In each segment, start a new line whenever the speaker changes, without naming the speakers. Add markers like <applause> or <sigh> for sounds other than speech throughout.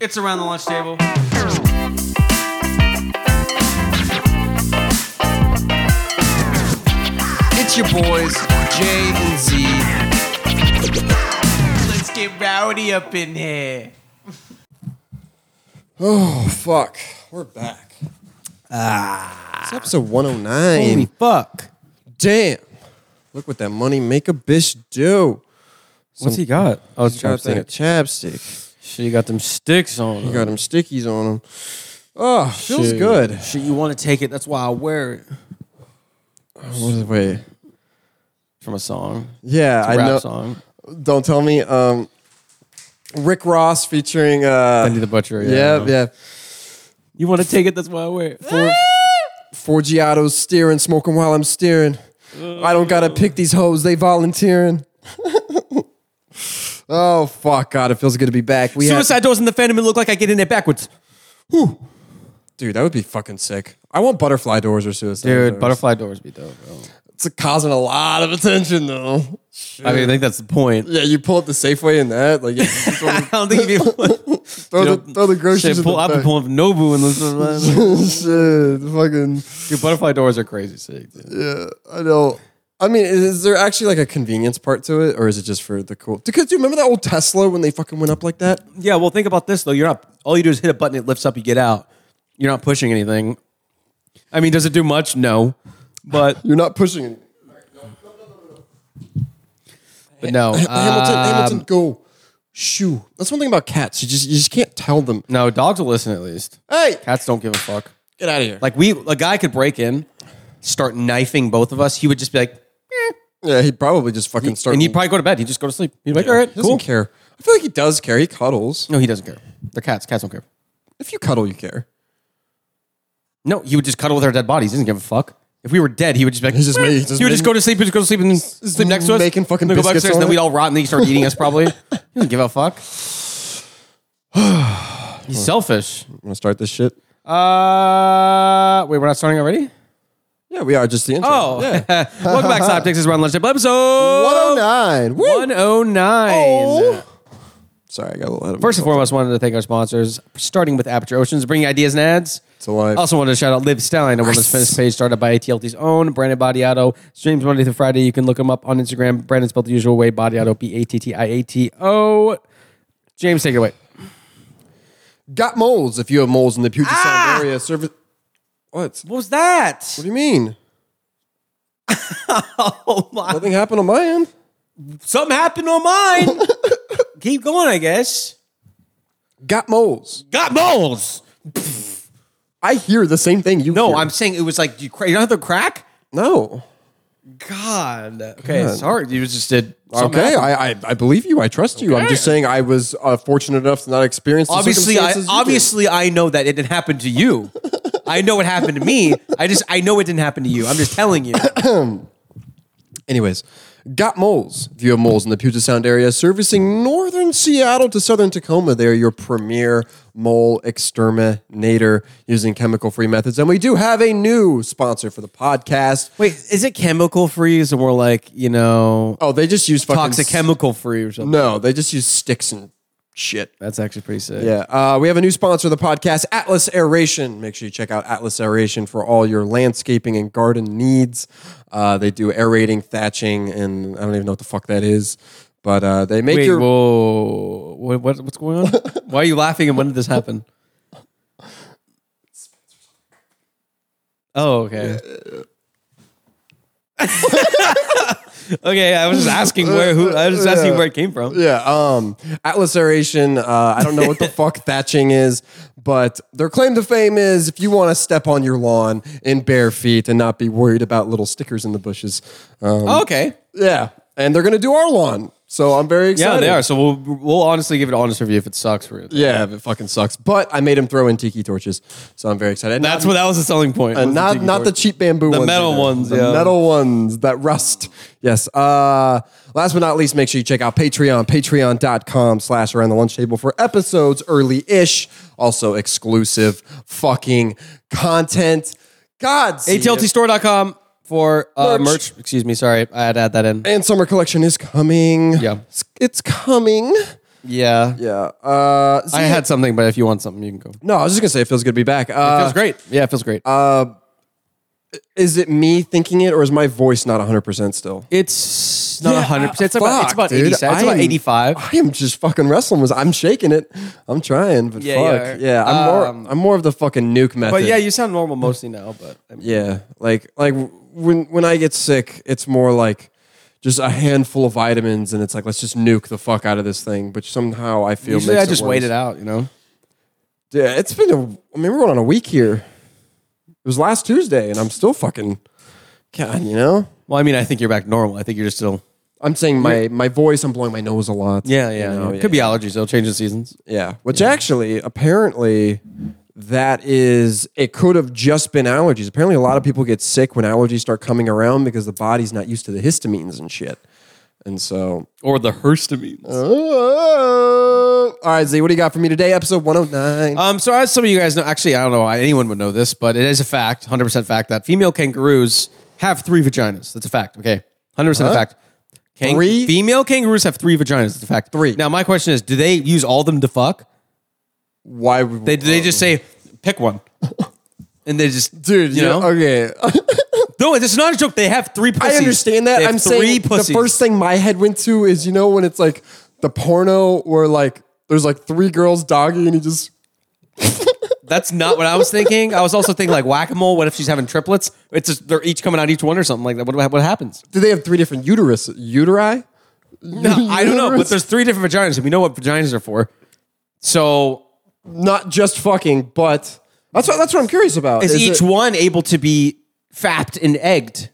It's around the lunch table.
It's your boys, J and Z.
Let's get rowdy up in here.
Oh, fuck. We're back. Ah. It's episode 109.
Holy fuck.
Damn. Look what that money make a bitch do.
What's he got? Oh, it's
He's got a thing of
chopstick.
chapstick.
Shit, you got them sticks on.
You got them stickies on him. Oh, feels
Shit.
good.
Shit, you want to take it. That's why I wear it.
What is, wait.
From a song.
Yeah,
It's a
I
rap
know.
song.
Don't tell me. Um, Rick Ross featuring. Uh,
Andy the Butcher. Yeah. I
yeah,
know.
yeah.
You want to take it. That's why I wear it.
Four, four Giottos steering, smoking while I'm steering. I don't gotta pick these hoes, they volunteering. <laughs> oh fuck, God, it feels good to be back. We have,
Suicide doors in the Phantom. It look like I get in it backwards.
dude, that would be fucking sick. I want butterfly doors or suicide.
Dude,
doors.
butterfly doors be dope, bro.
It's causing a lot of attention though.
I mean, I think that's the
<laughs>
point.
Yeah, you pull up the Safeway in that, like you throw,
<laughs> I don't think you
throw the, throw the groceries.
shit, pull, I've
in
been
the
pulling from Nobu and
<laughs>
this.
Shit, fucking.
Dude, butterfly doors are crazy sick. Dude.
Yeah, I know. I mean, is- is there actually like a convenience part to it, or is it just for the cool? Because do you remember that old Tesla when they fucking went up like that?
Yeah, well, think about this though. You're not. All you do is hit a button. It lifts up. You get out. You're not pushing anything. I mean, does it do much? No, but
You're not pushing it.
<laughs> <laughs> but no.
Hamilton, Hamilton,
um,
go. Shoo. That's one thing about cats. You just you just can't tell them.
No, dogs will listen at least.
Hey,
Cats don't give a fuck.
get out of here.
Like we, a guy could break in, start knifing both of us. He would just be like,
yeah, he'd probably just fucking start.
and he'd probably go to bed. He'd just go to sleep. He'd be like, all
He
right,
doesn't
cool.
care. I feel like he does care. He cuddles.
No, he doesn't care. They're cats. Cats don't care.
If you cuddle, you care.
No, he would just cuddle with our dead bodies. He doesn't give a fuck. If we were dead, he would just be like,
He's just
"Meh."
making-
he would just go to sleep. He'd just go to sleep and sleep next to us.
making fucking
Then go
biscuits
upstairs,
on
and then
it.
we'd all rot, and then he'd start eating
<laughs>
us probably. he doesn't give a fuck. <sighs> He's selfish.
I'm gonna start this shit.
Uh, wait, we're not starting already.
Yeah, we are just the intro.
Oh, <laughs>
yeah.
welcome back, Slap Texas Round Lunchtime episode
109. Woo!
109.
Sorry, I got a little ahead of
First and
myself.
foremost, wanted to thank our sponsors, starting with Aperture Oceans, bringing ideas and ads.
It's alive.
Also wanted to shout out Liv Stein, a women's fitness page started by ATLT's own Brandon Badiato. Streams Monday through Friday. You can look him up on Instagram. Brandon spelled the usual way, Badiato, B-A-T-T-I-A-T-O. James, take it away.
Got moles. If you have moles in the Puget Sound area, service. Ah! What? What
What was that?
do you <laughs> mean?
Oh my.
Nothing happened on my end.
Something happened on mine. <laughs> Keep going, I guess.
Got moles.
Got moles.
I hear the same thing you.
No,
hear.
I'm saying it was like, you, cra- you don't have to crack?
no.
God. Okay, sorry. You just did. something
okay,
happened.
I, I I believe you. I trust you. I'm just saying I was uh, fortunate enough to not experience. The
obviously I
circumstances you did.
obviously I know that it didn't happen to you. I know it happened to me. I just I know it didn't happen to you. I'm just telling you.
Anyways, got moles. If you have moles in the Puget Sound area, servicing northern Seattle to southern Tacoma, they're your premier mole exterminator using chemical-free methods. And we do have a new sponsor for the podcast.
Wait, is it chemical free? Is it more like, you know,
Oh, they just use fucking
toxic chemical free or something?
No, they just use sticks and shit.
That's actually pretty sick.
Yeah. Uh, we have a new sponsor of the podcast, Atlas Aeration. Make sure you check out Atlas Aeration for all your landscaping and garden needs. Uh, they do aerating, thatching, and I don't even know what the fuck that is. But uh, they make
Wait,
your.
whoa. What, what,
<laughs>
what's going on? Why are you laughing and when did this happen? Oh, okay. <laughs> okay, I was just asking where who I was just asking where it came from.
yeah. Um, Atlas Aeration. Uh, I don't know what
<laughs>
the fuck thatching is, but their claim to fame is if you want to step on your lawn in bare feet and not be worried about little stickers in the bushes. Um,
Oh, okay.
Yeah. And they're going to do our lawn. So I'm very excited.
Yeah, they are. So we'll we'll honestly give it an honest review if it sucks for it.
Yeah, if it fucking sucks. But I made him throw in tiki torches, so I'm very excited. And
That's
not,
what that was the selling point.
and not not the cheap bamboo
The
ones,
metal
either.
ones,
the
yeah.
metal ones that rust. Yes. Uh, last but not least, make sure you check out Patreon, Patreon.com/slash Around the Lunch Table for episodes early ish, also exclusive fucking content. God, see it.
ATLTstore.com for uh,
Merch.
merch. Excuse me, sorry, I had to add that in.
and summer collection is coming.
Yeah.
it's, it's coming.
Yeah.
Yeah. Uh,
I had something, but if you want something, you can go.
no, I was just gonna say it feels good to be back. Uh,
feels great. Uh, Yeah, it feels great.
Is it me thinking it, or is my voice not 100 percent still?
it's not
Yeah,
hundred percent. It's
uh,
about it's
fuck,
about
dude.
eighty. It's
I
about
am-
eighty five.
I am just fucking wrestling. with- I'm shaking it. I'm trying, but
Yeah, you
fuck.
are.
Yeah, I'm
Um,
more. I'm more of the fucking nuke method.
But yeah, you sound normal mostly now. But I mean,
yeah. Like like when when I get sick, it's more like just a handful of vitamins, and it's like let's just nuke the fuck out of this thing. But somehow I feel
usually
makes
I just
it worse.
wait it out. You know.
Yeah, it's been a. I mean, we're going on a week here. It was last Tuesday, and I'm still fucking. God, you know.
Well, I mean, I think you're back normal. I think you're just still.
I'm saying my my voice. I'm blowing my nose a lot.
Yeah, yeah.
You know,
Could be allergies. They'll change the seasons.
Yeah, which actually, apparently, that is it could have just been allergies. Apparently, a lot of people get sick when allergies start coming around because the body's not used to the histamines and shit. And so, uh,
Or the histamines.
all right, Z, what do you got for me today? Episode one hundred nine.
Um, so as some of you guys know, actually, I don't know why anyone would know this, but it is a fact, 100% fact, that female kangaroos have three vaginas. That's a fact, okay? 100% a fact. Kang-
Three?
Female kangaroos have three vaginas. That's a fact.
Three.
Now, my question is, do they use all of them to fuck?
Why would
They, do they just say,
<laughs>
pick one. And they just,
dude?
you know?
okay.
No, it's not a joke. They have three pussies.
I understand that.
They have
I'm
three
saying
pussies.
the first thing my head went to is you know when it's like the porno where like there's like three girls doggy and he just
That's not what I was thinking. I was also thinking like whack a mole. What if she's having triplets? It's just, they're each coming out each one or something like that. What what happens?
do they have three different uterus uteri? <laughs>
No, I don't know, but there's three different vaginas, and we know what vaginas are for. So
not just fucking, but that's what that's what I'm curious about.
is, each
it-
one able to be fapped and egged?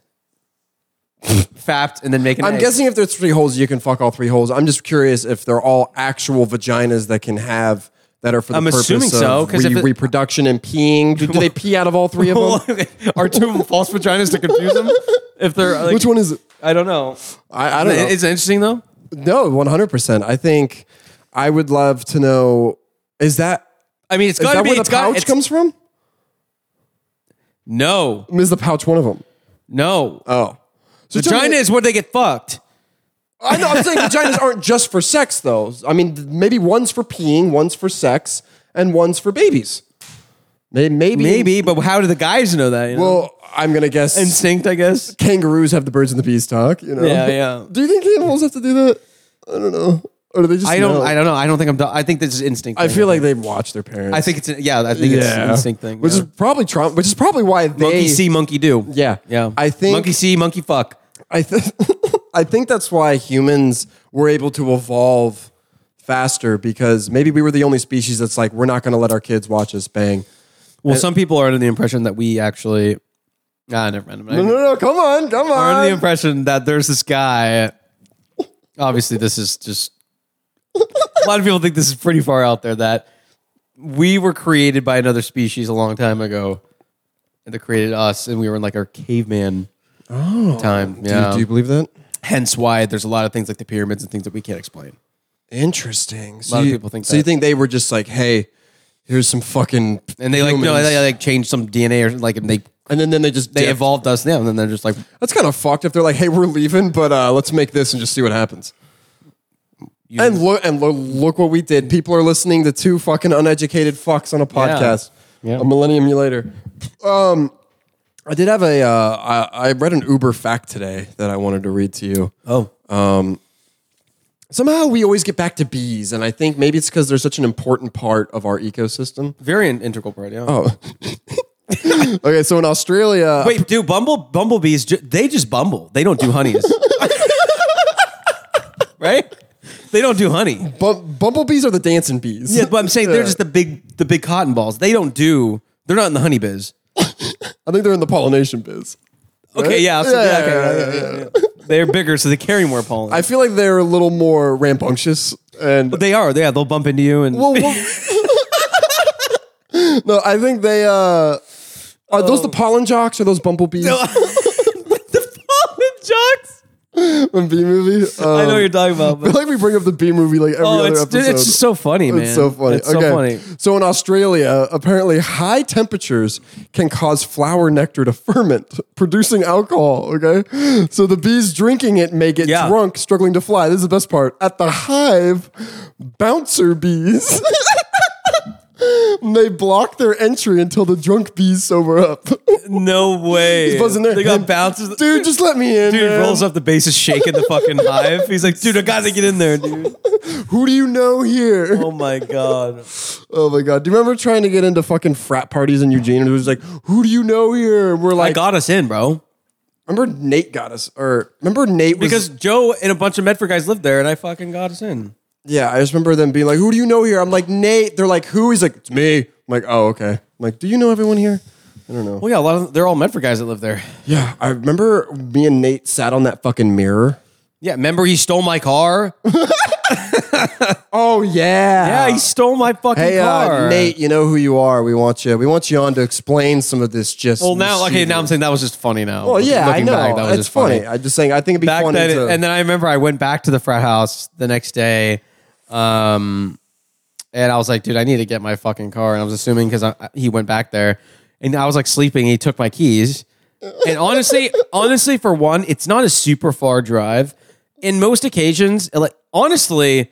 fapped and then make an
I'm
egg.
guessing if there's three holes, you can fuck all three holes. I'm just curious if they're all actual vaginas that can have that are for the
I'm
purpose
assuming
of
so, 'cause if
re-
it-
reproduction and peeing. Do, do
<laughs>
they pee out of all three of them?
<laughs> are two of them false vaginas to
<laughs>
confuse them? If they're <laughs> like,
Which one is it?
I don't know.
I, I don't know.
It's interesting though.
No, one hundred percent. I think I would love to know. Is that
I mean, it's
is
got to
that
be.
where the
It's got.
pouch
It's,
comes from?
no,
Is the pouch one of them?
no.
Oh, so tell
Vagina
me-
is where they get fucked.
I know. I'm saying vaginas aren't just for sex, though. I mean, maybe one's for peeing, one's for sex, and one's for babies. May- Maybe,
Maybe, but how do the guys know that? you know?
Well, I'm gonna guess
instinct, I guess.
kangaroos have the birds and the bees talk. You know?
Yeah, yeah.
<laughs> Do you think animals have to do that? I don't know. Or do they just?
I don't.
know?
I don't know. I don't think I'm. do- I think this is instinct.
I
thing.
feel like they watch their parents.
I think it's. Yeah, I think it's an instinct thing.
which
yeah.
is probably trauma. Which is probably why they
monkey see, monkey do.
Yeah.
yeah.
I think-
monkey see, monkey fuck.
I think <laughs> I think that's why humans were able to evolve faster because maybe we were the only species that's like we're not going to let our kids watch us bang.
Well, some people are under the impression that we actually. Ah, never mind.
No, no, no! Come on, come
Are under the
on!
impression that there's this guy. Obviously, this is just. A lot of people think this is pretty far out there. That we were created by another species a long time ago, and they created us, and we were in like our caveman time. Yeah.
Oh. Do you believe that?
hence why there's a lot of things like the pyramids and things that we can't explain.
Interesting. So
lot of
you-
people think
So you
that.
think they were just like, hey, here's some fucking
And they like no,
humans.
they like changed some DNA or like and they
and then then they just
they
dipped.
evolved us now, and then they're just like
That's kind of fucked if they're like, hey, we're leaving, but uh, let's make this and just see what happens. And look and lo- look what we did. People are listening to two fucking uneducated fucks on a podcast.
Yeah.
A millennium you later. Um, I did have a. Uh, I, I read an Uber fact today that I wanted to read to you.
oh
Somehow we always get back to bees, and I think maybe it's because they're such an important part of our ecosystem.
very in- integral part. Yeah.
Oh. okay, so in Australia,
Wait, dude, bumble bumblebees ju- they just bumble. They don't do honeys, <laughs> right? They don't do honey.
bum- bumblebees are the dancing bees.
Yeah, but I'm saying
Yeah.
they're just the big the big cotton balls. They don't do. They're not in the honey biz.
I think they're in the pollination biz. Right?
Okay, yeah, I'll-
Yeah,
yeah,
yeah,
okay, yeah, yeah, yeah. They're bigger, so they carry more pollen.
I feel like they're a little more rambunctious and
they are. Yeah, they'll bump into you and <laughs>
Well, <laughs> well- no, I think they uh,
Oh.
<laughs> are those the pollen jocks or those bumblebees?
the pollen jocks.
on B movie. Um,
I know what you're talking about.
I feel
But,
like we bring up the B movie like every
oh,
other
it's,
episode.
dude, it's just so funny, man.
It's so funny.
It's so
okay.
funny.
So in Australia, apparently high temperatures can cause flower nectar to ferment, <laughs> producing alcohol. Okay. So the bees drinking it may get
Yeah.
drunk, struggling to fly. This is the best part. At the hive, bouncer bees. <laughs> They block their entry until the drunk bees sober up. <laughs>
No way.
He's buzzing there.
They got
Hey,
bounces.
Dude, just let me in.
Dude
man.
rolls up the bases, shaking the fucking hive. He's like, dude, I gotta get in there, dude.
Who do you know here?
Oh my god.
Oh my god! Do you remember trying to get into fucking frat parties in Eugene? And it was like, "Who do you know here?" And we're
I
like,
got us in, bro.
"Remember Nate got us?" Or remember Nate was?
Because Joe and a bunch of Medford guys lived there, and I fucking got us in.
yeah, I just remember them being like, "Who do you know here?" I'm like, "Nate." They're like, "Who?" He's like, "It's me." I'm like, "Oh, okay." I'm like, "Do you know everyone here?" I don't know.
Well, Oh, yeah, a lot of they're all Medford guys that live there.
yeah, I remember me and Nate sat on that fucking mirror.
Yeah, remember he stole my car?
Oh yeah.
<laughs> Yeah, he stole my fucking
Hey,
car.
uh, Nate, you know who you are. We want you. We want you on to explain some of this. Just
Well, now okay, now I'm saying that was just funny. Now,
Well, yeah, I
Looking
know.
back, that was
it's
just funny.
funny. I just saying. I think it'd be
back
funny.
then,
to,
and then I remember I went back to the frat house the next day, um, and I was like, dude, I need to get my fucking car. And I was assuming because he went back there, and I was like sleeping. He took my keys, and honestly, <laughs> honestly, for one, it's not a super far drive. In most occasions, like honestly.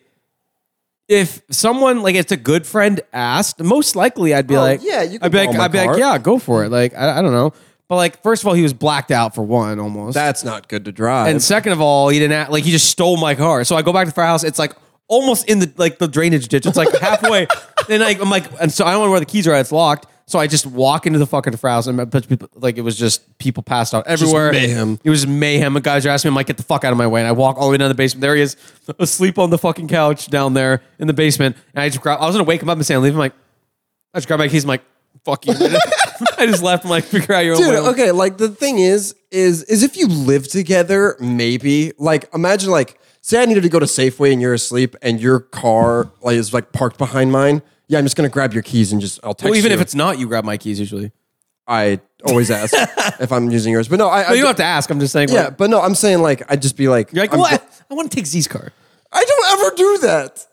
If someone like it's a good friend asked, most likely I'd be like,
Oh, yeah, you can
I'd be like,
borrow my
I'd be like,
car.
yeah, go for it. Like I, I don't know, but like first of all, he was blacked out for one almost.
that's not good to drive.
And second of all, he didn't act like he just stole my car. So I go back to the firehouse. It's like almost in the like the drainage ditch. It's like halfway. <laughs> and like I'm like, and so I don't know where the keys are. It's locked. So I just walk into the fucking firehouse and a bunch of people like it was just people passed out everywhere.
mayhem.
It was mayhem. The guys are asking me, I'm like, get the fuck out of my way. And I walk all the way down the basement. There he is, <laughs> asleep on the fucking couch down there in the basement. And I just grab. I was gonna wake him up and say, I'm leaving. I'm like, I just grab my keys. I'm like, fuck you. man." <laughs> I just left. I'm like, figure out your own
Dude,
way.
okay, like the thing is, is is if you live together, maybe like imagine like say I needed to go to Safeway and you're asleep and your car like is like parked behind mine. Yeah, I'm just gonna grab your keys and just I'll text
Well, even
you.
if it's not, you grab my keys usually.
I always
<laughs>
ask if I'm using yours, but no, I, I
But you don't have to ask. I'm just saying.
yeah,
like,
but no, I'm saying like I'd just be like,
You're like,
I'm
well,
go-
I, I want to take Z's car.
I don't ever do that.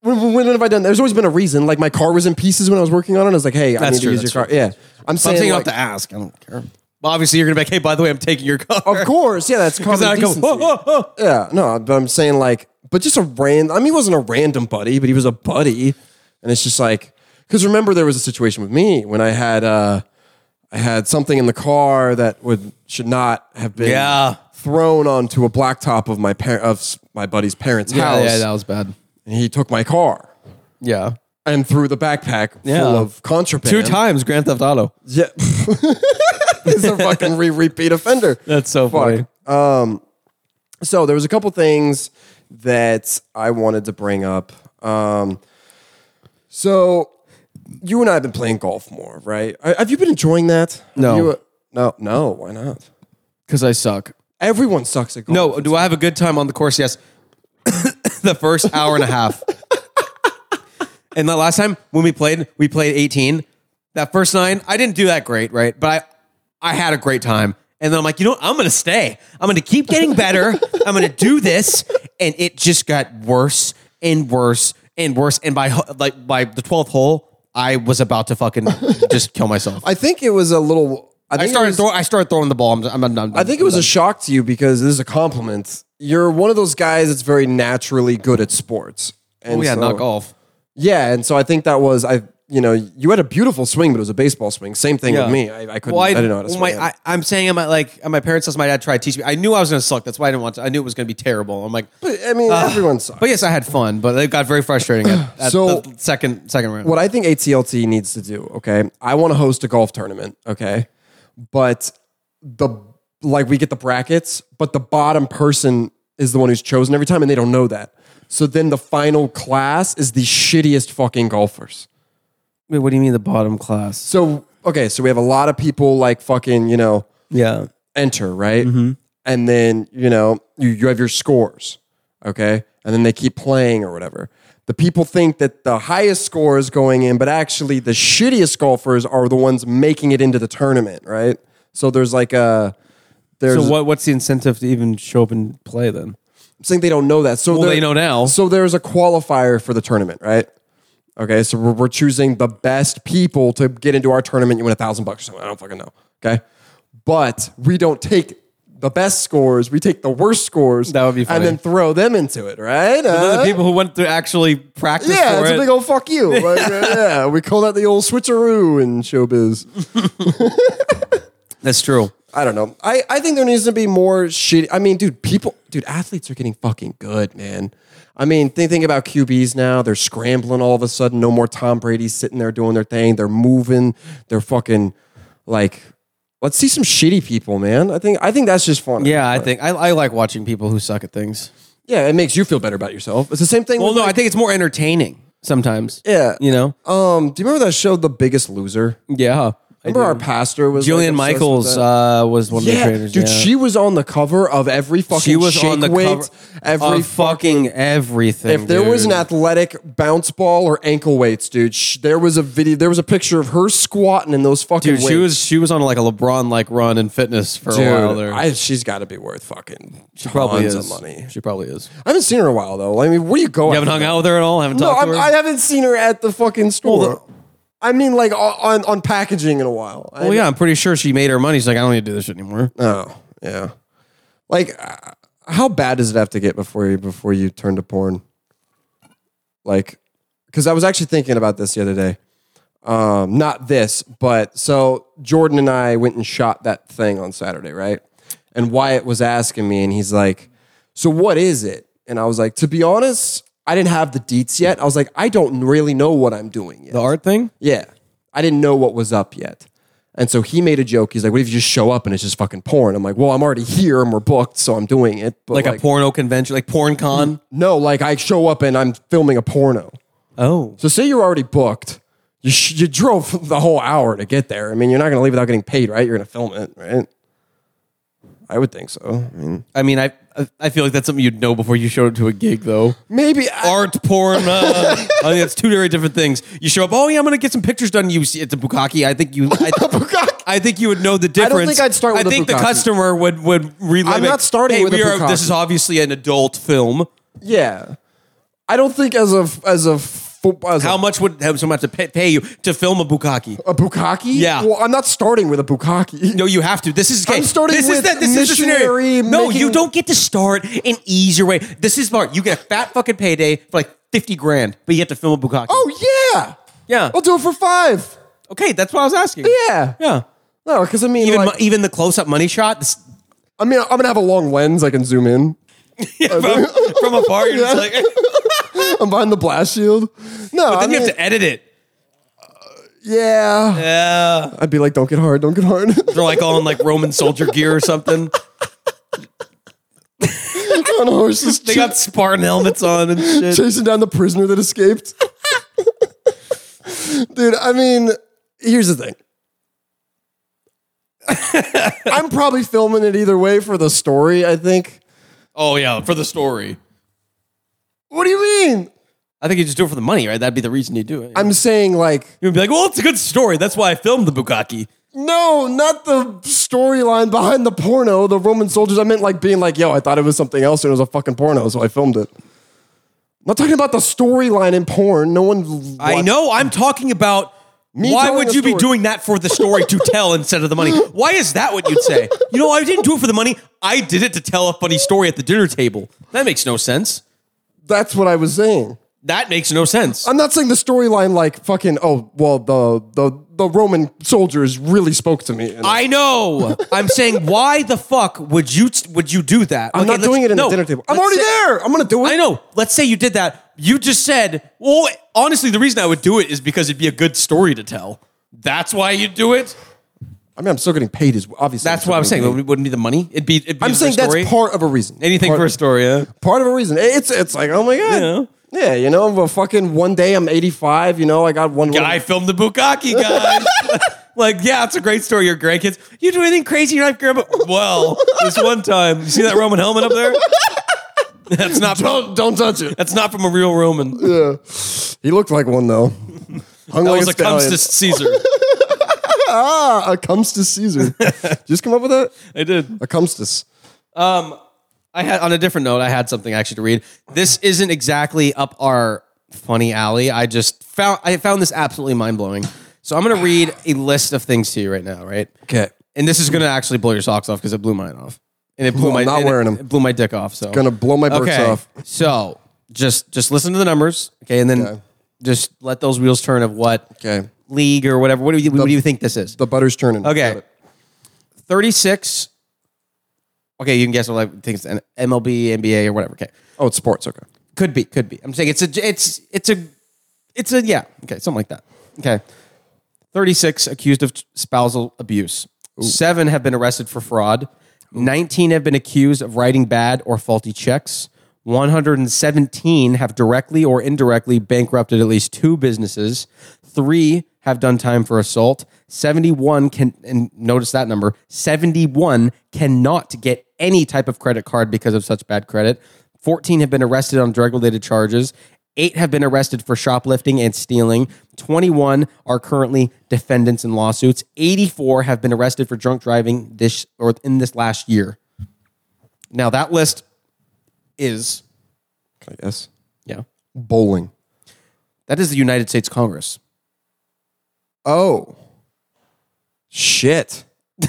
When, when, when have I done? that? There's always been a reason. Like my car was in pieces when I was working on it. I was like, hey, I
That's
need
true,
to use
that's
your car. Yeah, I'm
I'm
saying,
saying you
like,
don't have to ask. I don't care. Well, obviously, you're gonna be like, hey, by the way, I'm taking your car. <laughs>
of course, yeah, that's common
Because then I go,
decency.
whoa, whoa, whoa.
Yeah, no, but I'm saying like, but just a random. I mean, he wasn't a random buddy, but he was a buddy, and it's just like, because remember there was a situation with me when I had uh, I had something in the car that would should not have been
Yeah.
thrown onto a blacktop of my par- of s- my buddy's parents' house,
was bad.
and he took my car
Yeah.
and threw the backpack
Yeah.
full of contraband.
Two times Grand Theft Auto.
Yeah, <laughs> he's a fucking re- repeat offender.
That's so funny.
So there was a couple things that I wanted to bring up. Um, so you and I have been playing golf more, right? I- Have you been enjoying that? Have
No.
you, uh, no, no. Why not?
Because I suck.
Everyone sucks at golf.
No, do I have a good time on the course? Yes. <coughs> the first hour and a half. <laughs> and the last time when we played, we played 18. That first nine, I didn't do that great, right? But I, I had a great time. And then I'm like, you know what? I'm going to stay. I'm going to keep getting better. I'm going to do this. And it just got worse and worse and worse. And by ho- like by the 12th hole, I was about to fucking just kill myself.
<laughs>
I,
I think it was a little. I, think it
started
was-
throw, I started throwing the ball. I'm, I'm, I'm,
I think it was a shock to you because this is a compliment. You're one of those guys that's very naturally good at sports. And
Oh, yeah,
so-
knock off.
Yeah, and so I think that was I. You know, you had a beautiful swing, but it was a baseball swing. Same thing
Yeah.
with me. I, I couldn't.
Well,
I, didn't know how to swing.
my-
it.
I, I'm saying, I'm at, like, at my parents' house, my dad tried to teach me. I knew I was going to suck. That's why I didn't want to. I knew it was going to be terrible. I'm like, but,
I mean, everyone sucks.
yes, I had fun, but it got very
<clears throat>
frustrating at, at
So-
the second second round.
what I think ATLT needs to do, okay? I want to host a golf tournament, okay? But the like we get the brackets, but the bottom person is the one who's chosen every time and they don't know that. So then the final class is the shittiest fucking golfers.
Wait, what do you mean the bottom class?
So okay, so we have a lot of people like fucking, you know,
Yeah.
enter, right?
Mm-hmm.
And then, you know, you, you have your scores, okay? And then they keep playing or whatever. The people think that the highest score is going in, but actually the shittiest golfers are the ones making it into the tournament, right? So there's like a There's,
So what? What's the incentive to even show up and play then?
I'm saying they don't know that. So
Well,
there-
they know now.
So there's a qualifier for the tournament, right? Okay, so we're, we're choosing the best people to get into our tournament. You win a thousand bucks or something. I don't fucking know. Okay, but we don't take the best scores. We take the worst scores.
That would be
And
funny.
then throw them into it, right?
They're
Uh,
the people who went to actually practice.
yeah,
for
it's
it.
a big old fuck
<laughs>
you. Like, uh, yeah, we call that the old switcheroo in showbiz.
That's true.
I don't know. I, I think there needs to be more shit. I mean, dude, people, dude, athletes are getting fucking good, man. I mean, think, think about QBs now. They're scrambling all of a sudden. No more Tom Brady sitting there doing their thing. They're moving. They're fucking like, let's see some shitty people, man. I think I think that's just fun.
Yeah, I think I, I like watching people who suck at things.
yeah. It makes you feel better about yourself. It's the same thing.
Well,
with,
no, I
like-
think it's more entertaining sometimes.
Yeah.
you know.
um, do you remember that show, The Biggest Loser?
Yeah,
Remember our pastor was like, obsessed
Jillian
with
Michaels
that?
uh, was one of the
Yeah,
trainers.
dude,
yeah.
she was on the cover of every fucking
she was
shake
on the
weight,
cover
every
of fucking everything.
If there was an
dude.
athletic bounce ball or ankle weights, dude, sh- there was a video. There was a picture of her squatting in those fucking
dude,
weights.
she was she was on like a LeBron like run in fitness for
Dude,
a while there.
I, she's got to be worth fucking
she probably
tons
is.
of money.
She probably is.
I haven't seen her in a while though. I mean, where do you go?
You haven't hung out with her at all. Haven't
No,
talked
I'm,
to her.
I haven't seen her at the fucking store.
Well, the-
I mean, like o- on on packaging in a while. I
well, yeah, I'm pretty sure she made her money. She's like, I don't need to do this shit anymore.
Oh, yeah. Like, uh, how bad does it have to get before you before you turn to porn? Like, because I was actually thinking about this the other day. Um, not this, but so Jordan and I went and shot that thing on Saturday, right? And Wyatt was asking me, and he's like, "So what is it?" And I was like, "To be honest, I didn't have the deets yet. I was like, I don't really know what I'm doing yet."
The art thing.
Yeah. I didn't know what was up yet. And so he made a joke. He's like, what if you just show up and it's just fucking porn? I'm like, well, I'm already here and we're booked, so I'm doing it. But
Like, a porno convention, like porn con.
No, like I show up and I'm filming a porno.
Oh,
So say you're already booked. You, sh- you drove the whole hour to get there. I mean, you're not going to leave without getting paid, right? You're going to film it, right? I would think so. I mean,
I mean, I I feel like that's something you'd know before you showed up to a gig, though.
maybe. I-
art, porn. Uh, <laughs> I think that's two very different things. You show up. Oh yeah, I'm gonna get some pictures done. You see, it's a bukkake. I think you. I,
<laughs> Bukkake.
I think you would know the
don't
difference.
think I'd start with
I
a
think the
bukkake.
customer would would relay.
I'm not starting
hey,
with a
we are,
bukkake."
This is obviously an adult film.
yeah. I don't think as a, as a, fo- as
How
a,
much would have someone have to pay, pay you to film a bukkake?
a bukkake?
Yeah.
Well, I'm not starting with a bukkake.
No, you have to. This is okay.
I'm starting
this
with
is that. This is the
missionary
scenario. No,
making-
you don't get to start an easier way. This is smart. You get a fat fucking payday for like fifty grand, but you have to film a bukkake.
Oh yeah,
Yeah.
I'll do it for five.
okay, that's what I was asking.
Yeah,
yeah.
No, because I mean,
Even
like,
mo- even the close up money shot. This,
I mean, I'm gonna have a long lens. I can zoom in.
<laughs>
<laughs>
from, from afar. You're just
Yeah.
like, then
I'm behind the blast shield. No, I
you
mean,
have to edit it.
yeah.
Yeah,
I'd be like, don't get hard, don't get hard. <laughs>
they're like all in like Roman soldier gear or something.
On horses
<laughs> They got Spartan helmets on and shit.
chasing down the prisoner that escaped. <laughs> Dude, I mean, here's the thing. <laughs> I'm probably filming it either way for the story. I think.
Oh yeah, for the story.
What do you mean?
I think you just do it for the money, right? That'd be the reason you do it.
I'm saying like
You'd be like, well, it's a good story. That's why I filmed the bukkake.
No, not the storyline behind the porno, the Roman soldiers. I meant like being like, yo, I thought it was something else and it was a fucking porno, so I filmed it. I'm not talking about the storyline in porn. No one.
I
watch-
know. I'm talking about. why
telling
would
a
you be
story.
doing that for the story to tell instead of the <laughs> money? Why is that what you'd say? You know, I didn't do it for the money. I did it to tell a funny story at the dinner table. That makes no sense.
That's what I was saying.
That makes no sense.
I'm not saying the storyline like fucking. Oh well, the the the Roman soldiers really spoke to me. And
I know. I'm saying, why the fuck would you would you do that?
I'm not doing it in
no,
the dinner table. I'm
let's
already
say-
there. I'm gonna do it.
I know. Let's say you did that. You just said, well, honestly, the reason I would do it is because it'd be a good story to tell. That's why you do it.
I mean, I'm still getting paid. Is obviously.
That's
still
what I'm
getting
saying.
paid.
It wouldn't be the money. It'd be. It'd be
I'm
for
saying
story.
that's part of a reason.
anything
part,
for a story. Yeah.
part of a reason. It's it's like, oh my god,
Yeah.
yeah, you know, but fucking one day I'm 85. You know, I got one
Guy filmed the bukkake, guys. <laughs> like, yeah, it's a great story. Your grandkids. You do anything crazy in your life, grandma? <laughs> Well, this one time, you see that Roman helmet up <laughs> there? That's not.
Don't <laughs> don't touch it.
That's not from a real Roman. <laughs>
He looked like one though. Hung
That
like
was
a
a
stallion. <laughs>
Cumstus Caesar.
ah, a cumstus
<laughs>
Caesar. Did you just come up with that?
I did.
A cumstus.
Um, I had on a different note. I had something actually to read. This isn't exactly up our funny alley. I just found I found this absolutely mind blowing. So I'm gonna read a list of things to you right now, right?
Okay.
And this is gonna actually blow your socks off because it blew mine off, and it blew
I'm
my
not
and it-
wearing 'em.
It blew my dick off. So
Gonna blow my birds off.
So just just listen to the numbers, okay, and then
Okay.
just let those wheels turn of what
Okay.
league or whatever. What do you what do you think this is?
The butter's turning. Got
Okay,
it.
thirty six. Okay, you can guess what like things an MLB, NBA, or whatever. Okay,
Oh, it's sports. Okay.
could be, could be. I'm saying it's a it's it's a it's a yeah. Okay, something like that. Okay, thirty six accused of spousal abuse. Seven have been arrested for fraud. Nineteen have been accused of writing bad or faulty checks. One hundred and seventeen have directly or indirectly bankrupted at least two businesses. Three have done time for assault. Seventy-one can and notice that number. Seventy-one cannot get any type of credit card because of such bad credit. 14 have been arrested on drug related charges. Eight have been arrested for shoplifting and stealing. 21 are currently defendants in lawsuits. 84 have been arrested for drunk driving this or in this last year. Now, that list is,
I guess.
yeah,
Bowling.
that is the United States Congress. <laughs>
Oh. Shit.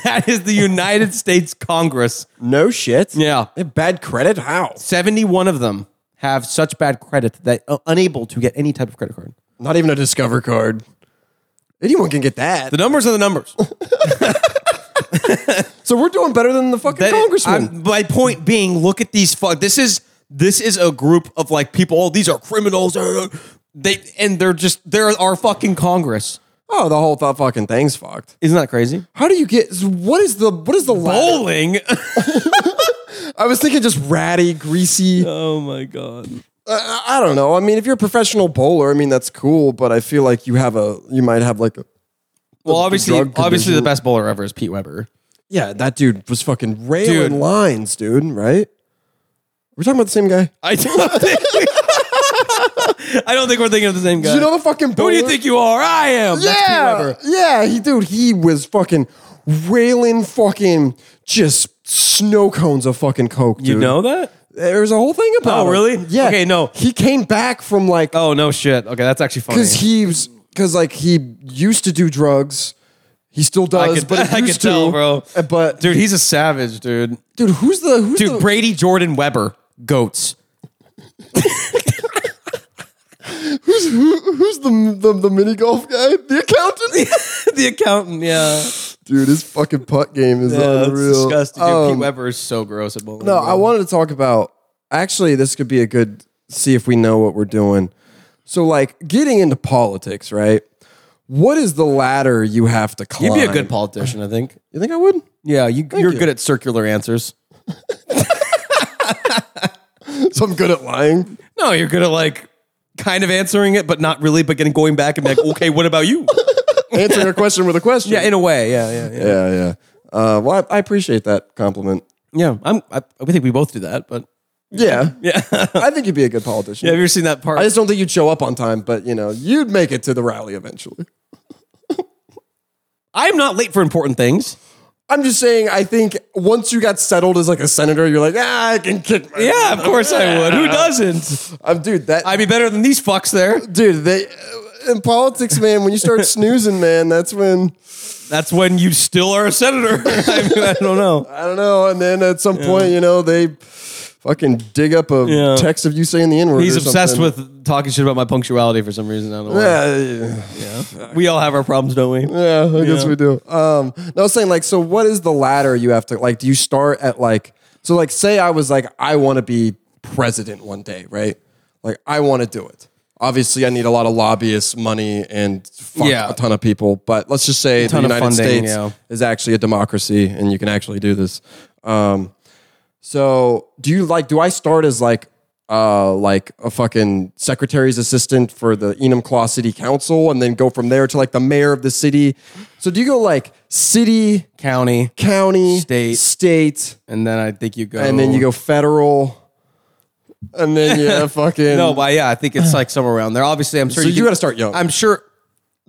That is the United States Congress.
No shit.
Yeah.
They have bad credit? How?
71 of them have such bad credit that they are unable to get any type of credit card.
Not even a Discover card. Anyone can get that.
The numbers are the numbers.
So we're doing better than the fucking
That-
congressman.
I'm- my point being, look at these fuck. This is this is a group of like people. Oh, these are criminals. uh, They and they're just they're our fucking Congress.
oh, the whole th- fucking thing's fucked.
Isn't that crazy?
How do you get? What is the what is the ladder?
Bowling.
I was thinking just ratty, greasy.
<laughs> oh my god.
I, I don't know. I mean, if you're a professional bowler, I mean that's cool. But I feel like you have a you might have like a
Well, obviously,
drug
obviously, the
division.
best bowler ever is Pete Weber.
yeah. That dude was fucking railing
Dude.
lines, dude. Right? We're talking about the same guy.
I
<laughs>
don't think. I don't think we're thinking of the same guy.
Do you know the fucking bowler?
Who do you think you are? I am. That's Pete
Yeah,
Weber.
yeah. He dude, he was fucking railing fucking just snow cones of fucking coke. Dude.
You know that?
There's a whole thing about.
Oh,
him.
really?
Yeah.
Okay, no.
He came back from like
Oh no, shit. Okay, that's actually funny.
because he was because like he used to do drugs. He still does,
I could,
but he
<laughs> I could
used to.
tell, bro.
Uh, But dude,
dude, he's a savage, dude.
who's the who's
Dude,
the,
Brady, Jordan, Weber, goats.
who- who's the, the the mini golf guy? The
<laughs>
accountant.
the accountant, yeah.
dude, his fucking putt game is
that's
unreal.
disgusting. Dude,
Um,
Pete Weber is so gross at bowling.
no,
bro.
I wanted to talk about. Actually, this could be a good see if we know what we're doing. So, like getting into politics, right? What is the ladder you have to climb?
You'd be a good politician, I think.
You think I would?
Yeah, you, you're
you.
good at circular answers.
So I'm good at lying.
No, you're good at like kind of answering it, but not really, but getting going back and be like, okay, what about <laughs> you?
Answering a question with a question.
yeah, in a way. Yeah, yeah, yeah.
Yeah, yeah. Uh, well, I, I appreciate that compliment.
Yeah, I'm, I, I think we both do that, but
Yeah,
<laughs> yeah. yeah.
I think you'd be a good politician.
Have you ever seen that part?
I just don't think you'd show up on time, but you know, you'd make it to the rally eventually.
I'm not late for important things.
I'm just saying, I think once you got settled as like a senator, you're like, ah, I can kick. My-.
Yeah, of course I would. Who doesn't?
Um, dude, that
I'd be better than these fucks there.
dude, they in politics, man. When you
<laughs>
start snoozing, man, that's when
That's when you still are a senator. <laughs> I, mean, I don't know.
I don't know. And then at some point, you know, they fucking dig up a
Yeah.
text of you saying the N word.
He's obsessed with talking shit about my punctuality for some reason. I don't know. why.
Yeah,
We all have our problems, don't we?
Yeah, I guess we do. Um, no, I was saying like, so what is the ladder you have to like? Do you start at like, so like, say I was like, I want to be president one day, right? Like, I want to do it. Obviously, I need a lot of lobbyists, money, and fuck
Yeah.
a ton of people. But let's just say the
ton of
United States
funding, yeah.
is actually a democracy, and you can actually do this. Um, so do you like? Do I start as like? Uh, like a fucking secretary's assistant for the Enumclaw City Council, and then go from there to like the mayor of the city. So do you go like city,
County,
county,
State.
state,
and then I think you go,
and then you go federal, and
<laughs>
then yeah, fucking
No, but yeah, I think it's like somewhere around there. Obviously, I'm sure.
So you
can-
gotta start young.
I'm sure.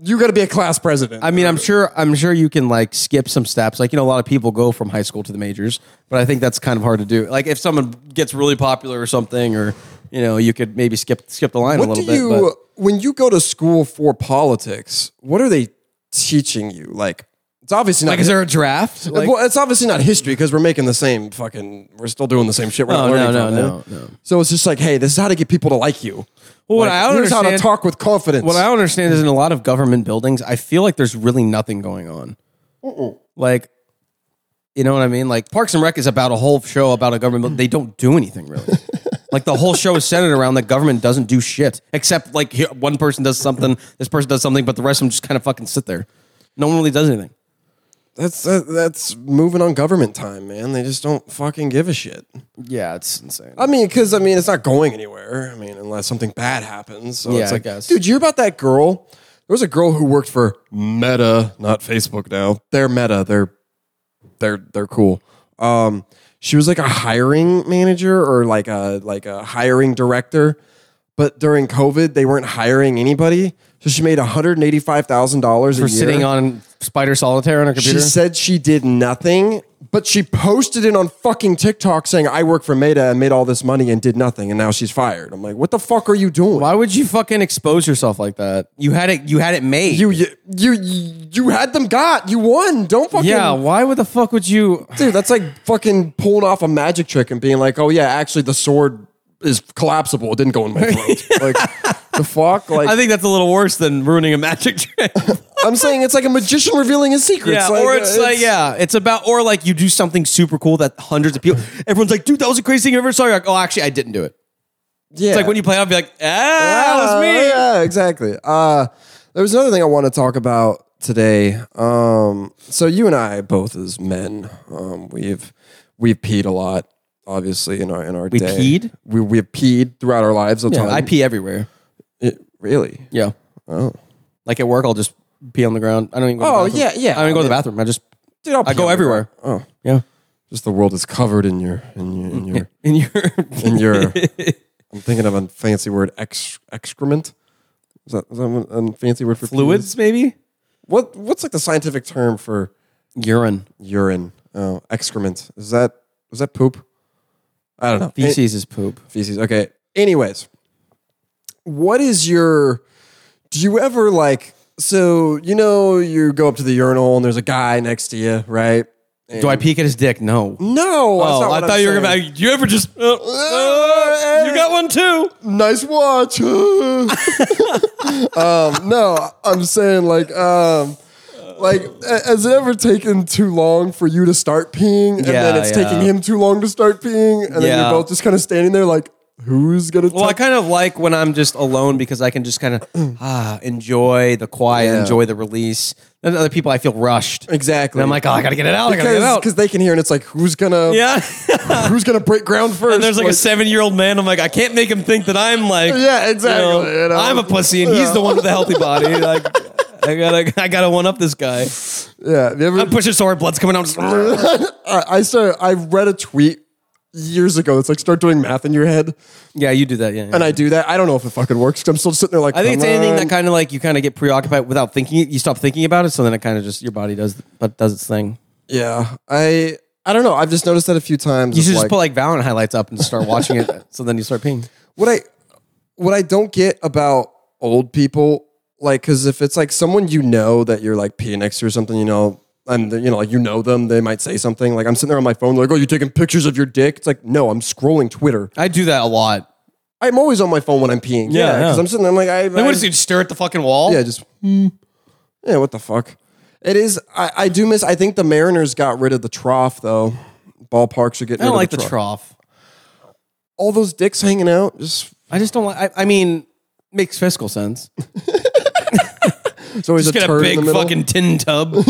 You got to be a class president.
I mean, I'm sure I'm sure you can like skip some steps. Like you know, a lot of people go from high school to the majors, but I think that's kind of hard to do. Like if someone gets really popular or something, or you know, you could maybe skip skip the line a
what do
little bit. but-
you when you go to school for politics? What are they teaching you? Like it's obviously not
like, is there a draft? Like,
well, it's obviously not history because we're making the same fucking. We're still doing the same shit. We're
No,
not learning
no,
from
no,
it.
no, no.
So it's just like, hey, this is how to get people to like you.
Well, what
Like,
I don't
here's how to
understand-
talk with confidence.
What I don't understand is in a lot of government buildings, I feel like there's really nothing going on. Like, you know what I mean? Like Parks and Rec is about a whole show about a government. building. They don't do
<laughs>
anything really. like the whole show is centered around the government doesn't do shit except like here- one person does something, this person does something, but the rest of them just kind of fucking sit there. No one really does anything.
that's that, that's moving on government time, man. They just don't fucking give a shit.
Yeah, it's insane.
I mean, because I mean, it's not going anywhere. I mean, unless something bad happens. So
Yeah,
it's
I
like,
guess.
dude, you hear about that girl? There was a girl who worked for Meta, not Facebook now. They're Meta. They're they're they're cool. Um, she was like a hiring manager or like a like a hiring director, but during COVID, they weren't hiring anybody, so she made one hundred eighty five thousand dollars a
For
year.
sitting on Spider Solitaire on her computer.
She said she did nothing, but she posted it on fucking TikTok saying, I work for Meta and made all this money and did nothing. And now she's fired. I'm like, what the fuck are you doing?
Why would you fucking expose yourself like that? You had it. You had it made.
You, you, you, you had them got. You won. Don't fucking.
yeah. Why would the fuck would you?
<laughs> Dude, that's like fucking pulling off a magic trick and being like, oh, yeah, actually, the sword is collapsible. It didn't go in my throat.
<laughs>
like, the fuck? Like,
I think that's a little worse than ruining a magic trick.
I'm saying <laughs> it's like a magician revealing his secrets.
yeah,
like,
or it's,
uh,
like yeah, it's about or like you do something super cool that hundreds of people, everyone's like, dude, that was the craziest thing I ever saw. You're like, oh, actually, I didn't do it.
yeah.
It's like when you play out, be like, ah, that was
Oh,
me.
Yeah, exactly. Uh, there was another thing I want to talk about today. Um, so you and I both, as men, um, we've we have peed a lot, obviously in our in our we day.
peed?
We we have peed throughout our lives. all the time.
I pee everywhere.
It- really?
Yeah. Oh. Like at work, I'll just pee on the ground. I don't even. Go
Oh,
to the bathroom.
yeah, yeah.
I don't even go to the bathroom. I just
Dude, I'll
I
pee
go everywhere.
Oh,
yeah. <laughs>
just the world is covered in your in your in your
In your
in
<laughs>
your. I'm thinking of a fancy word, ex, excrement. Is that, is that a fancy word for pee?
fluids, maybe
What what's like the scientific term for?
urine,
urine. Oh, excrement. Is that is that poop? I don't know. Any-
feces is poop.
feces. Okay. Anyways, what is your? Do you ever like? So you know, you go up to the urinal and there's a guy next to you, right? And-
Do I peek at his dick? No.
No, that's
Oh,
not
I
what I'm
thought you were gonna.
saying.
be like, You ever just? uh, <laughs> uh, you got one too.
nice watch. <laughs> um, no, I'm saying like, um, like, a- has it ever taken too long for you to start peeing, and then
Yeah,
it's
yeah.
taking him too long to start peeing, and then
Yeah.
you're both just kind of standing there like, who's gonna?
Well, I
tuck-
kind of like when I'm just alone because I can just <clears throat> kind of ah, enjoy the quiet,
Yeah.
enjoy the release. And other people, I feel rushed.
exactly.
And I'm like, oh, I gotta get it out. I gotta get it
because
out.
because they can hear, and it's like, who's gonna?
Yeah. <laughs>
who's gonna break ground first?
and there's like, a seven year old man. I'm like, I can't make him think that I'm like,
Yeah, exactly,
you know,
you know.
I'm a pussy and he's the one with the healthy <laughs> body. Like, I gotta, I gotta one up this guy.
yeah. Have you ever
I'm pushing so hard, blood's coming out. <laughs> Just,
I, I started. I read a tweet years ago. It's like start doing math in your head,
yeah, you do that. Yeah. yeah.
and I do that. I don't know if it fucking works. 'cause I'm still sitting there like,
I think it's
"Come
anything
on."
that kind of like you kind of get preoccupied without thinking it. You stop thinking about it, so then it kind of just your body does, but does its thing.
Yeah, I I don't know. I've just noticed that a few times.
You
It's
should
like,
just put like Valorant highlights up and start watching <laughs> it, so then you start peeing.
what I what I don't get about old people, like, because if it's like someone you know that you're like peeing next to or something, you know, and you know, like you know them, they might say something. Like I'm sitting there on my phone, like, oh, you taking pictures of your dick? It's like, no, I'm scrolling Twitter.
I do that a lot.
I'm always on my phone when I'm peeing.
Yeah,
Yeah, because
yeah.
I'm sitting there, I'm like, I,
Then
I-
what does he just stare at the fucking wall?
yeah, just hmm. yeah, what the fuck? It is. I, I do miss. I think the Mariners got rid of the trough though. Ballparks are getting.
I don't
rid
like
of
the
the trough.
trough.
All those dicks hanging out, just
I just don't like. I, I mean, makes fiscal sense.
It's always
Just
a
<laughs> get a
turd
big
in the middle.
fucking tin tub.
Dude,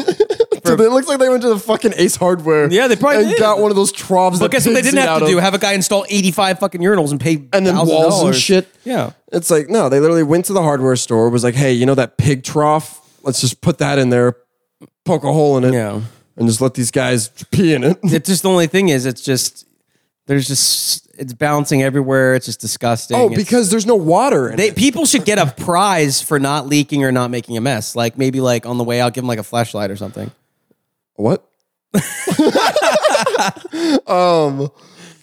it looks like <laughs> they went to the fucking Ace Hardware.
Yeah, they probably
and
did.
got one of those troughs.
but
that
guess what they <laughs>
pigs
didn't
eat
have
out
to
of.
do? Have a guy install eighty-five fucking uurnals and pay
and then
$1,000.
walls and shit.
Yeah.
It's like no, they literally went to the hardware store. Was like, hey, you know that pig trough? Let's just put that in there, poke a hole in it,
Yeah.
and just let these guys pee in it.
It's just the only thing is it's just there's just it's bouncing everywhere. It's just disgusting.
Oh,
It's-
because there's no water in
they,
it.
people should get a prize for not leaking or not making a mess. Like maybe like on the way out, give them like a flashlight or something.
What? um,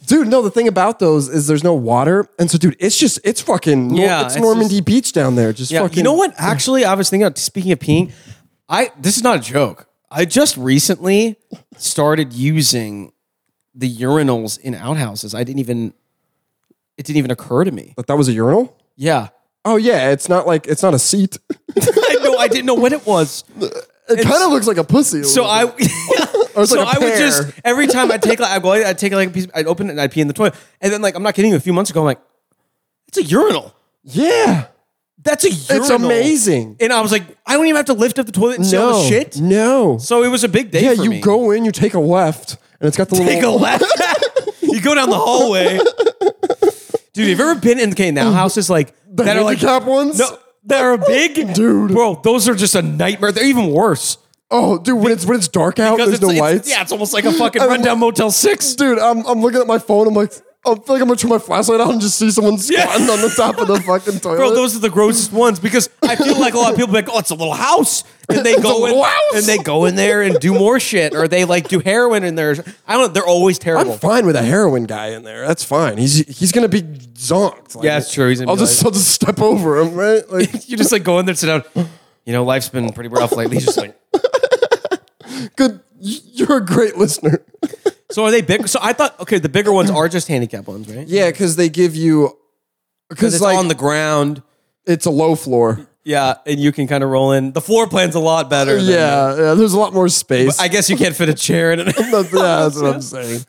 dude, no. The thing about those is there's no water, and so dude, it's just it's fucking Nor-
Yeah,
it's,
it's
Normandy Beach down there. Just
Yeah,
fucking.
you know what? Actually, I was thinking. Of, speaking of peeing, I this is not a joke. I just recently started using the urinals in outhouses. I didn't even it didn't even occur to me.
But that was a urinal.
Yeah, <laughs>
Oh yeah, it's not like it's not a seat. <laughs>
I know. I didn't know what it was.
It kind of looks like a pussy. a
So
little
I, <laughs>
bit. <laughs> Or it's
so
like a
I would
pear.
just every time I take like I go, I would take like a piece, I'd open it and I'd pee in the toilet, and then like I'm not kidding you. A few months ago, I'm like, it's a urinal.
yeah.
That's a urinal.
amazing.
And I was like, I don't even have to lift up the toilet and see all
No
the shit.
No.
So it was a big day.
yeah,
for
you
me. <laughs>
go in, you take a left, and it's got the
Take a
little.
left. <laughs> you go down the hallway, dude. Have you ever been in okay now houses like
The handicap ones?
No, that are
<laughs>
big,
Dude.
Bro, those are just a nightmare. They're even worse.
oh, dude, when it's when it's dark out,
Because
there's
it's,
no
it's-
lights.
Yeah, it's almost like
<laughs>
a fucking
I'm-
rundown Motel Six.
dude, I'm I'm looking at my phone. I'm like, I feel like I'm gonna turn my flashlight on and just see someone squatting on the top
<laughs>
of the fucking toilet.
Bro, those are the grossest ones because I feel like a lot of people be like, oh, it's a little house,
<laughs>
and they go in
little house.
and they go in there and do more shit, or they like do heroin in there. I don't. know. They're always terrible.
I'm fine with a heroin guy in there. That's fine. He's he's gonna be zonked. Like,
Yeah, it's true. He's gonna
I'll
be
just
like-
I'll just step over him, right?
<laughs>
Like,
You just like go in there, sit down. You know, life's been pretty rough lately. He's just like.
good. y- You're a great listener.
<laughs> So are they big? So I thought okay, the bigger ones are just handicap ones, right?
Yeah, because they give you
because
because
it's
like
on the ground.
it's a low floor.
Yeah, and you can kind of roll in. The floor plan's a lot better. than-
Yeah, yeah. There's a lot more space.
I guess you can't fit a chair in
<laughs>
it. <laughs>
that's, yeah, that's what I'm saying.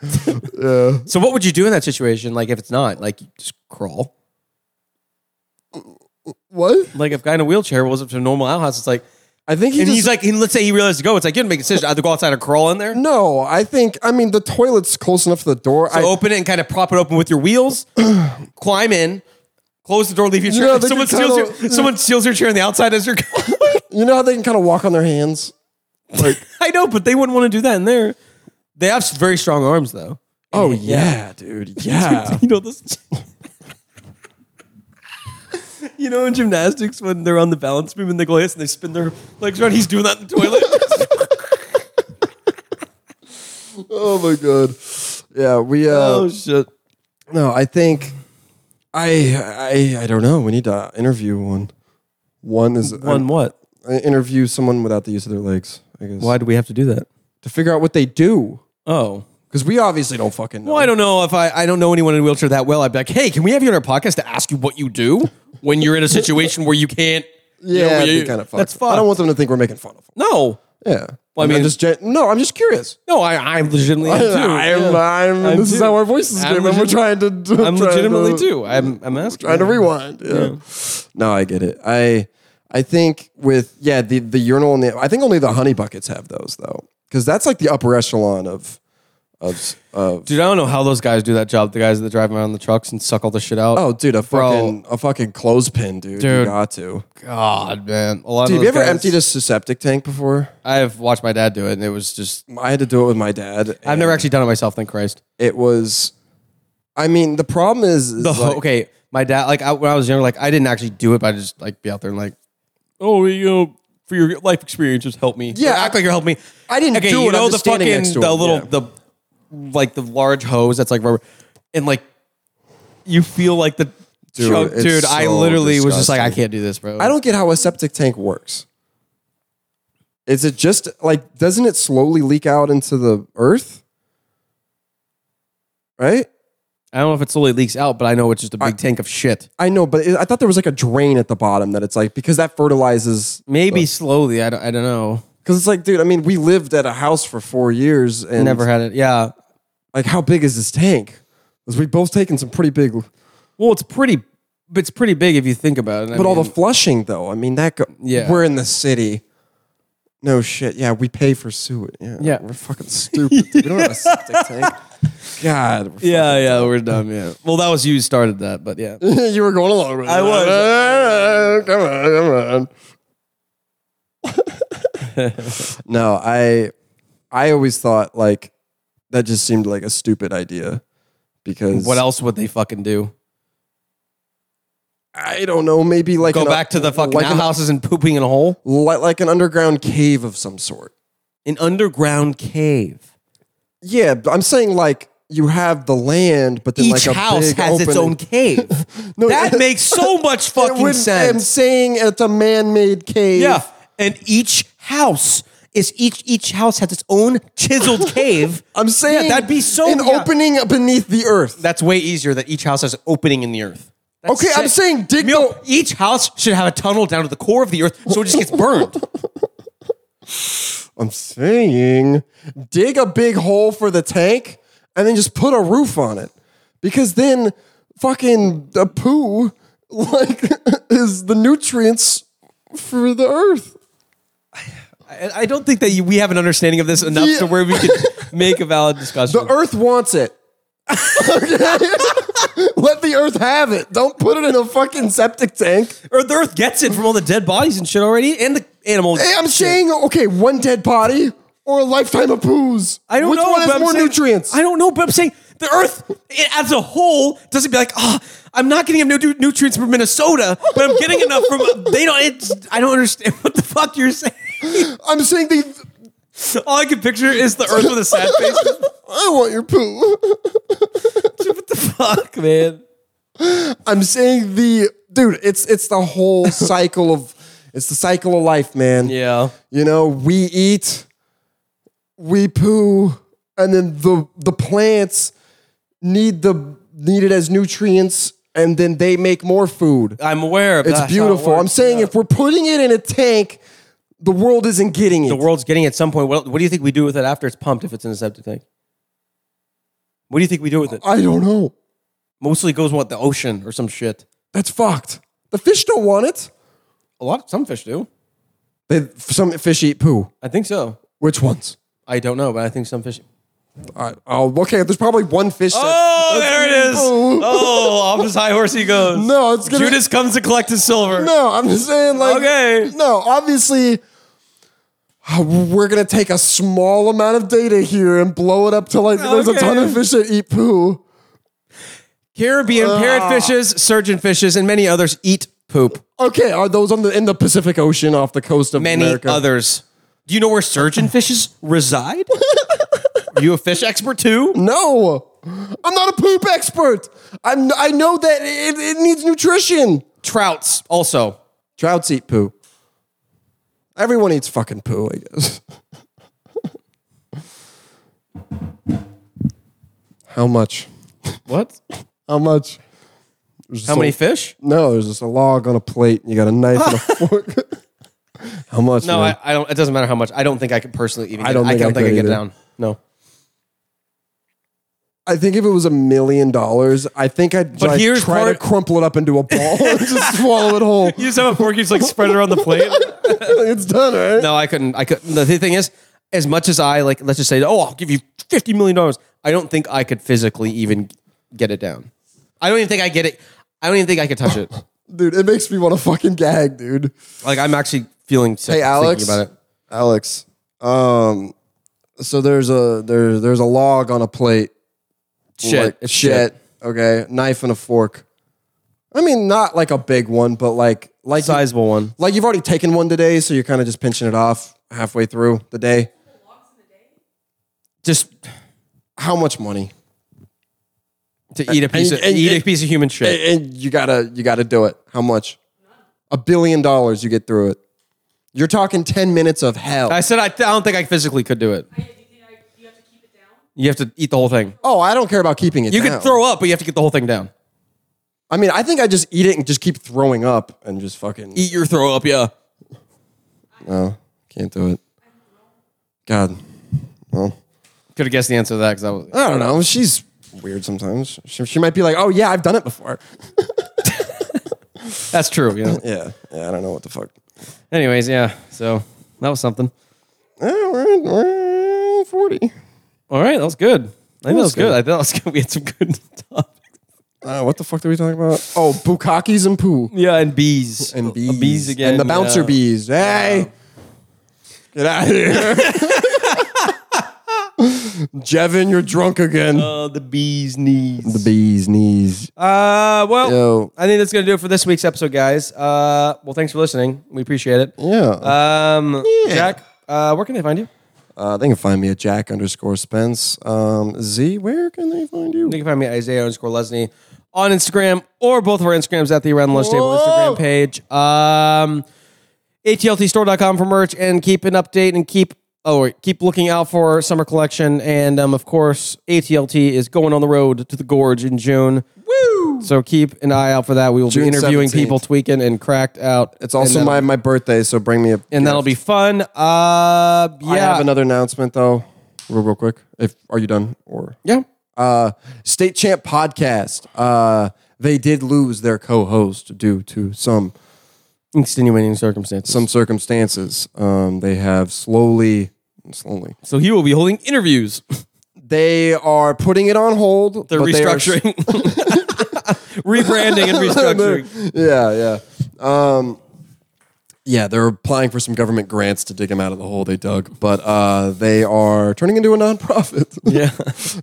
Yeah.
so what would you do in that situation? Like if it's not, like you just crawl.
What?
Like if a guy in a wheelchair rolls up to a normal outhouse, it's like,
I think he
and
just,
he's like, and let's say he realized to go, it's like you didn't make a decision. Either go outside or crawl in there,
no. I think I mean the toilet's close enough to the door. I,
open it and kind of prop it open with your <clears throat> wheels, climb in. Close the door, leave your chair.
Yeah, they
someone,
can
steals
kinda-
your, someone steals your chair on the outside as you're going.
you know how they can kind of walk on their hands. Like
<laughs> I know, but they wouldn't want to do that in there. They have very strong arms, though.
<laughs> Oh yeah, dude. Yeah.
<laughs> You know this. you know in gymnastics when they're on the balance beam and they go yes and they spin their legs around. He's doing that in the <laughs> toilet.
<laughs> oh my god. Yeah, we uh
Oh, <laughs> shit!
no, I think I I I don't know. We need to interview one. One is
On what?
I interview someone without the use of their legs, I guess.
Why do we have to do that?
To figure out what they do.
Oh.
Because we obviously don't fucking know.
Well, I don't know if I, I don't know anyone in a wheelchair that well. I'd be like, hey, can we have you on our podcast to ask you what you do when you're in a situation where you can't? you know,
yeah,
you-
kind of fun.
That's fun.
I don't want them to think we're making fun of them.
no,
Yeah.
Well, I mean-
I'm just gen- no, I'm just curious.
no, I, I legitimately am too.
<laughs> I'm,
Yeah.
I'm,
I'm
this is
too.
how our voices
I'm
came, and we're
legit-
trying to.
I'm legitimately too. I'm, I'm asking.
trying to rewind. Yeah. No, I get it. I I think with yeah the the urinal and the I think only the honey buckets have those though because that's like the upper echelon of of of
Dude, I don't know how those guys do that job. The guys that drive around the trucks and suck all the shit out.
oh dude a fucking a fucking clothespin dude, you
Dude.
got to
God, man. A lot
dude
of
have you ever
guys-
emptied a septic tank before
I've watched my dad do it, and it was just.
I had to do it with my dad
I've
and
never actually done it myself. Thank Christ.
it was I mean the problem is, is
The
like-
whole, okay, my dad. Like I, when I was younger, like I didn't actually do it, but I just like be out there and like, oh, you know, for your life experience, just help me.
Yeah,
Or act like you're helping me.
I didn't
okay,
do
you
it,
know
I'm
the
just standing
fucking
next to
the
him,
little
yeah.
the like the large hose that's like rubber, and like you feel like the
Dude,
chunk-
it's
dude I
so
literally was just like, I
disgusting.
can't do this, bro.
I don't get how a septic tank works. Is it just like doesn't it slowly leak out into the earth? Right?
I don't know if it slowly leaks out, but I know it's just a big tank of shit.
I know, but it, I thought there was like a drain at the bottom that it's like because that fertilizes
Maybe slowly. I don't, I don't know.
because it's like, dude. I mean, we lived at a house for four years and
Never had it. Yeah.
Like, how big is this tank? Because we both taken some pretty big,
Well, it's pretty. It's pretty big if you think about it. I
but all the
mean,
flushing though. I mean, that go,
Yeah.
We're in the city. No shit. Yeah, we pay for sewage. Yeah,
Yeah.
we're fucking stupid. dude. we don't have a
<laughs>
septic tank. God, we're
yeah, yeah, we're dumb. Yeah. Well, that was you who started that, but yeah.
<laughs> you were going along with I <laughs>
was.
Come on, come on. <laughs> no, I I always thought like that just seemed like a stupid idea because
What else would they fucking do?
I don't know. Maybe like
Go
an-
back to the fucking
like an,
outhouses and pooping in a hole?
li- like an underground cave of some sort.
An underground cave.
Yeah, but I'm saying like you have the land, but then
Each
like a
house
big
has its
open-
own cave. <laughs>
No,
that makes so much
It
fucking
would- I'm
sense.
saying it's a man-made cave.
Yeah, and each house is each each house has its own <laughs> chiseled cave.
I'm saying
Yeah, that'd be so
an
yeah.
opening beneath the earth.
That's way easier. That each house has an opening in the earth. That's
okay, I'm
sick.
saying dig
Mil-
the
each house should have a tunnel down to the core of the earth, so it just gets burned.
I'm saying dig a big hole for the tank and then just put a roof on it. Because then fucking the poo <laughs> like is the nutrients for the earth.
I, I don't think that you, we have an understanding of this enough
Yeah.
to where we could
<laughs>
make a valid discussion.
The earth wants it. okay? <laughs> Let the earth have it. Don't put it in a fucking septic tank.
or the earth gets it from all the dead bodies and shit already, and the animals.
Hey, I'm
shit.
saying okay, one dead body or a lifetime of poos.
I don't
Which
know.
one
but
has
I'm
more
saying-
nutrients?
I don't know, but I'm saying the Earth it, as a whole doesn't be like, oh, I'm not getting enough nu- nutrients from Minnesota, but I'm getting enough from they don't. It's, I don't understand what the fuck you're saying.
I'm saying they.
All I can picture is the Earth with a sad
<laughs>
face.
I want your poo. <laughs>
what the fuck, man?
I'm saying the dude. It's it's the whole <laughs> cycle of it's the cycle of life, man.
Yeah,
You know, we eat, we poo, and then the the plants need the need it as nutrients, and then they make more food.
I'm aware. Of
It's beautiful. I'm saying if we're putting it in a tank, the world isn't getting it.
the world's getting at some point. What, what do you think we do with it after it's pumped? If it's in a septic tank, what do you think we do with it?
I don't know.
Mostly goes what the ocean or some shit.
That's fucked. The fish don't want it.
A lot. Some fish do.
They, some fish eat poo.
I think so.
Which ones?
I don't know, but I think some fish.
I, oh, okay. There's probably one fish. that-
Oh, there <laughs> it is.
Ooh.
Oh, off his high horse he goes.
No, it's gonna-
Judas comes to collect his silver.
No, I'm just saying, like,
Okay.
No, obviously, uh, we're gonna take a small amount of data here and blow it up to like there's a ton
Okay.
of fish that eat poo.
Caribbean parrotfishes, surgeon fishes, and many others eat poop.
Okay, are those on the in the Pacific Ocean off the coast of
Many
America?
others. Do you know where <laughs> surgeon fishes <laughs> reside? you a fish expert too?
No, I'm not a poop expert. I'm. I know that it, it needs nutrition.
Trouts also.
Trouts eat poo. Everyone eats fucking poo, I guess. <laughs> How much?
What?
How much? There's just
How
a-
many fish?
No, there's just a log on a plate. And you got a knife
<laughs>
and a fork. <laughs> How much?
No,
man?
I, I don't. It doesn't matter how much. I don't think I could personally even.
I
get-
don't think I
I
could
get
either.
down. No.
I, think if it was a million dollars, I think I'd like,
here's
try
part-
to crumple it up into a ball
<laughs>
and just swallow it whole.
You just have a fork. You just like spread it on the plate.
it's done, right?
<laughs> No, I couldn't. I couldn't. The thing is, as much as I like, let's just say, oh, I'll give you fifty million dollars. I don't think I could physically even get it down. I don't even think I get it. I don't even think I
<laughs>
could touch it.
Dude, it makes me want to fucking gag, dude.
Like I'm actually feeling sick
Hey, Alex.
thinking about it.
Alex. Um. So there's a there, there's a log on a plate.
Shit,
Like,
it's
shit. Okay, knife and a fork. I mean, not like a big one, but like like
Sizable one.
like you've already taken one today, so you're kind of just pinching it off halfway through the day.
Just
How much money?
to eat a piece
and-
of
and-
eat a piece of human shit.
And and you gotta you gotta do it. How much? A billion dollars you get through it. You're talking ten minutes of hell.
I said I, I don't think I physically could do it. You have to eat the whole thing.
oh, I don't care about keeping it.
You
down.
could throw up, but you have to get the whole thing down.
I mean, I think I just eat it and just keep throwing up and just fucking.
Eat your throw up, yeah.
No, can't do it. God, well,
Could have guessed the answer to that because I was.
I don't know. She's weird sometimes. She, she might be like, "Oh yeah, I've done it before."
That's true. You know.
Yeah, yeah. I don't know what the fuck.
Anyways, yeah. So that was something.
Eh, we're, at- we're at forty.
All right, that was good. I think that was
was
good.
good.
I think that was good. <laughs> We had some good stuff.
Uh, what the fuck did we talk about? Oh, bukakis and poo.
Yeah, and bees
And bees.
bees again.
And the bouncer
yeah.
bees. Hey. Get out of here. <laughs> Jevin, you're drunk again.
Oh, the bee's knees.
the bee's knees.
Uh, well,
Yo.
I think that's gonna do it for this week's episode, guys. Uh, well, thanks for listening. We appreciate it.
Yeah.
Um, Jack, uh, where can they find you?
Uh, they can find me at Jack underscore Spence. Um, Z, where can they find you?
You can find me at Isaiah underscore Lesney on Instagram or both of our Instagrams at the Around the Lunch Table Instagram page. Um, ATLTstore.com for merch and keep an update and keep oh wait, keep looking out for our summer collection. And um, of course, ATLT is going on the road to the gorge in June. Woo! So keep an eye out for that. We will
June
be interviewing
17th.
people tweaking and cracked out.
It's also
and
my,
that'll-
my birthday, so bring me a.
and that'll be fun. Uh, yeah,
I have another announcement though, real real quick. If are you done or
yeah.
uh, State Champ podcast? Uh, they did lose their co-host due to some
Extenuating circumstances.
some circumstances. Um, they have slowly, slowly.
so he will be holding interviews.
They are putting it on hold.
They're
but they are-
restructuring, <laughs> rebranding, and restructuring.
<laughs> yeah, yeah. Um, yeah, they're applying for some government grants to dig them out of the hole they dug, but uh, they are turning into a nonprofit.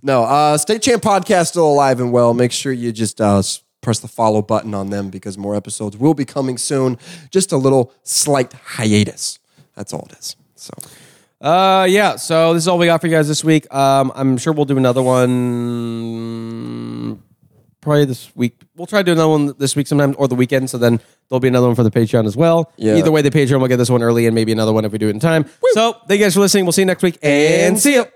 <laughs>
<laughs>
Yeah.
no, uh, State Champ Podcast still alive and well. Make sure you just uh, s- press the follow button on them because more episodes will be coming soon. Just a little slight hiatus. That's all it is. So
Uh, yeah. So this is all we got for you guys this week. Um, I'm sure we'll do another one probably this week. We'll try to do another one this week sometime or the weekend. So then there'll be another one for the Patreon as well.
Yeah.
Either way, the Patreon will get this one early and maybe another one if we do it in time. So thank you guys for listening. We'll see you next week and see you.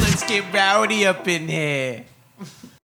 Let's get rowdy up in here.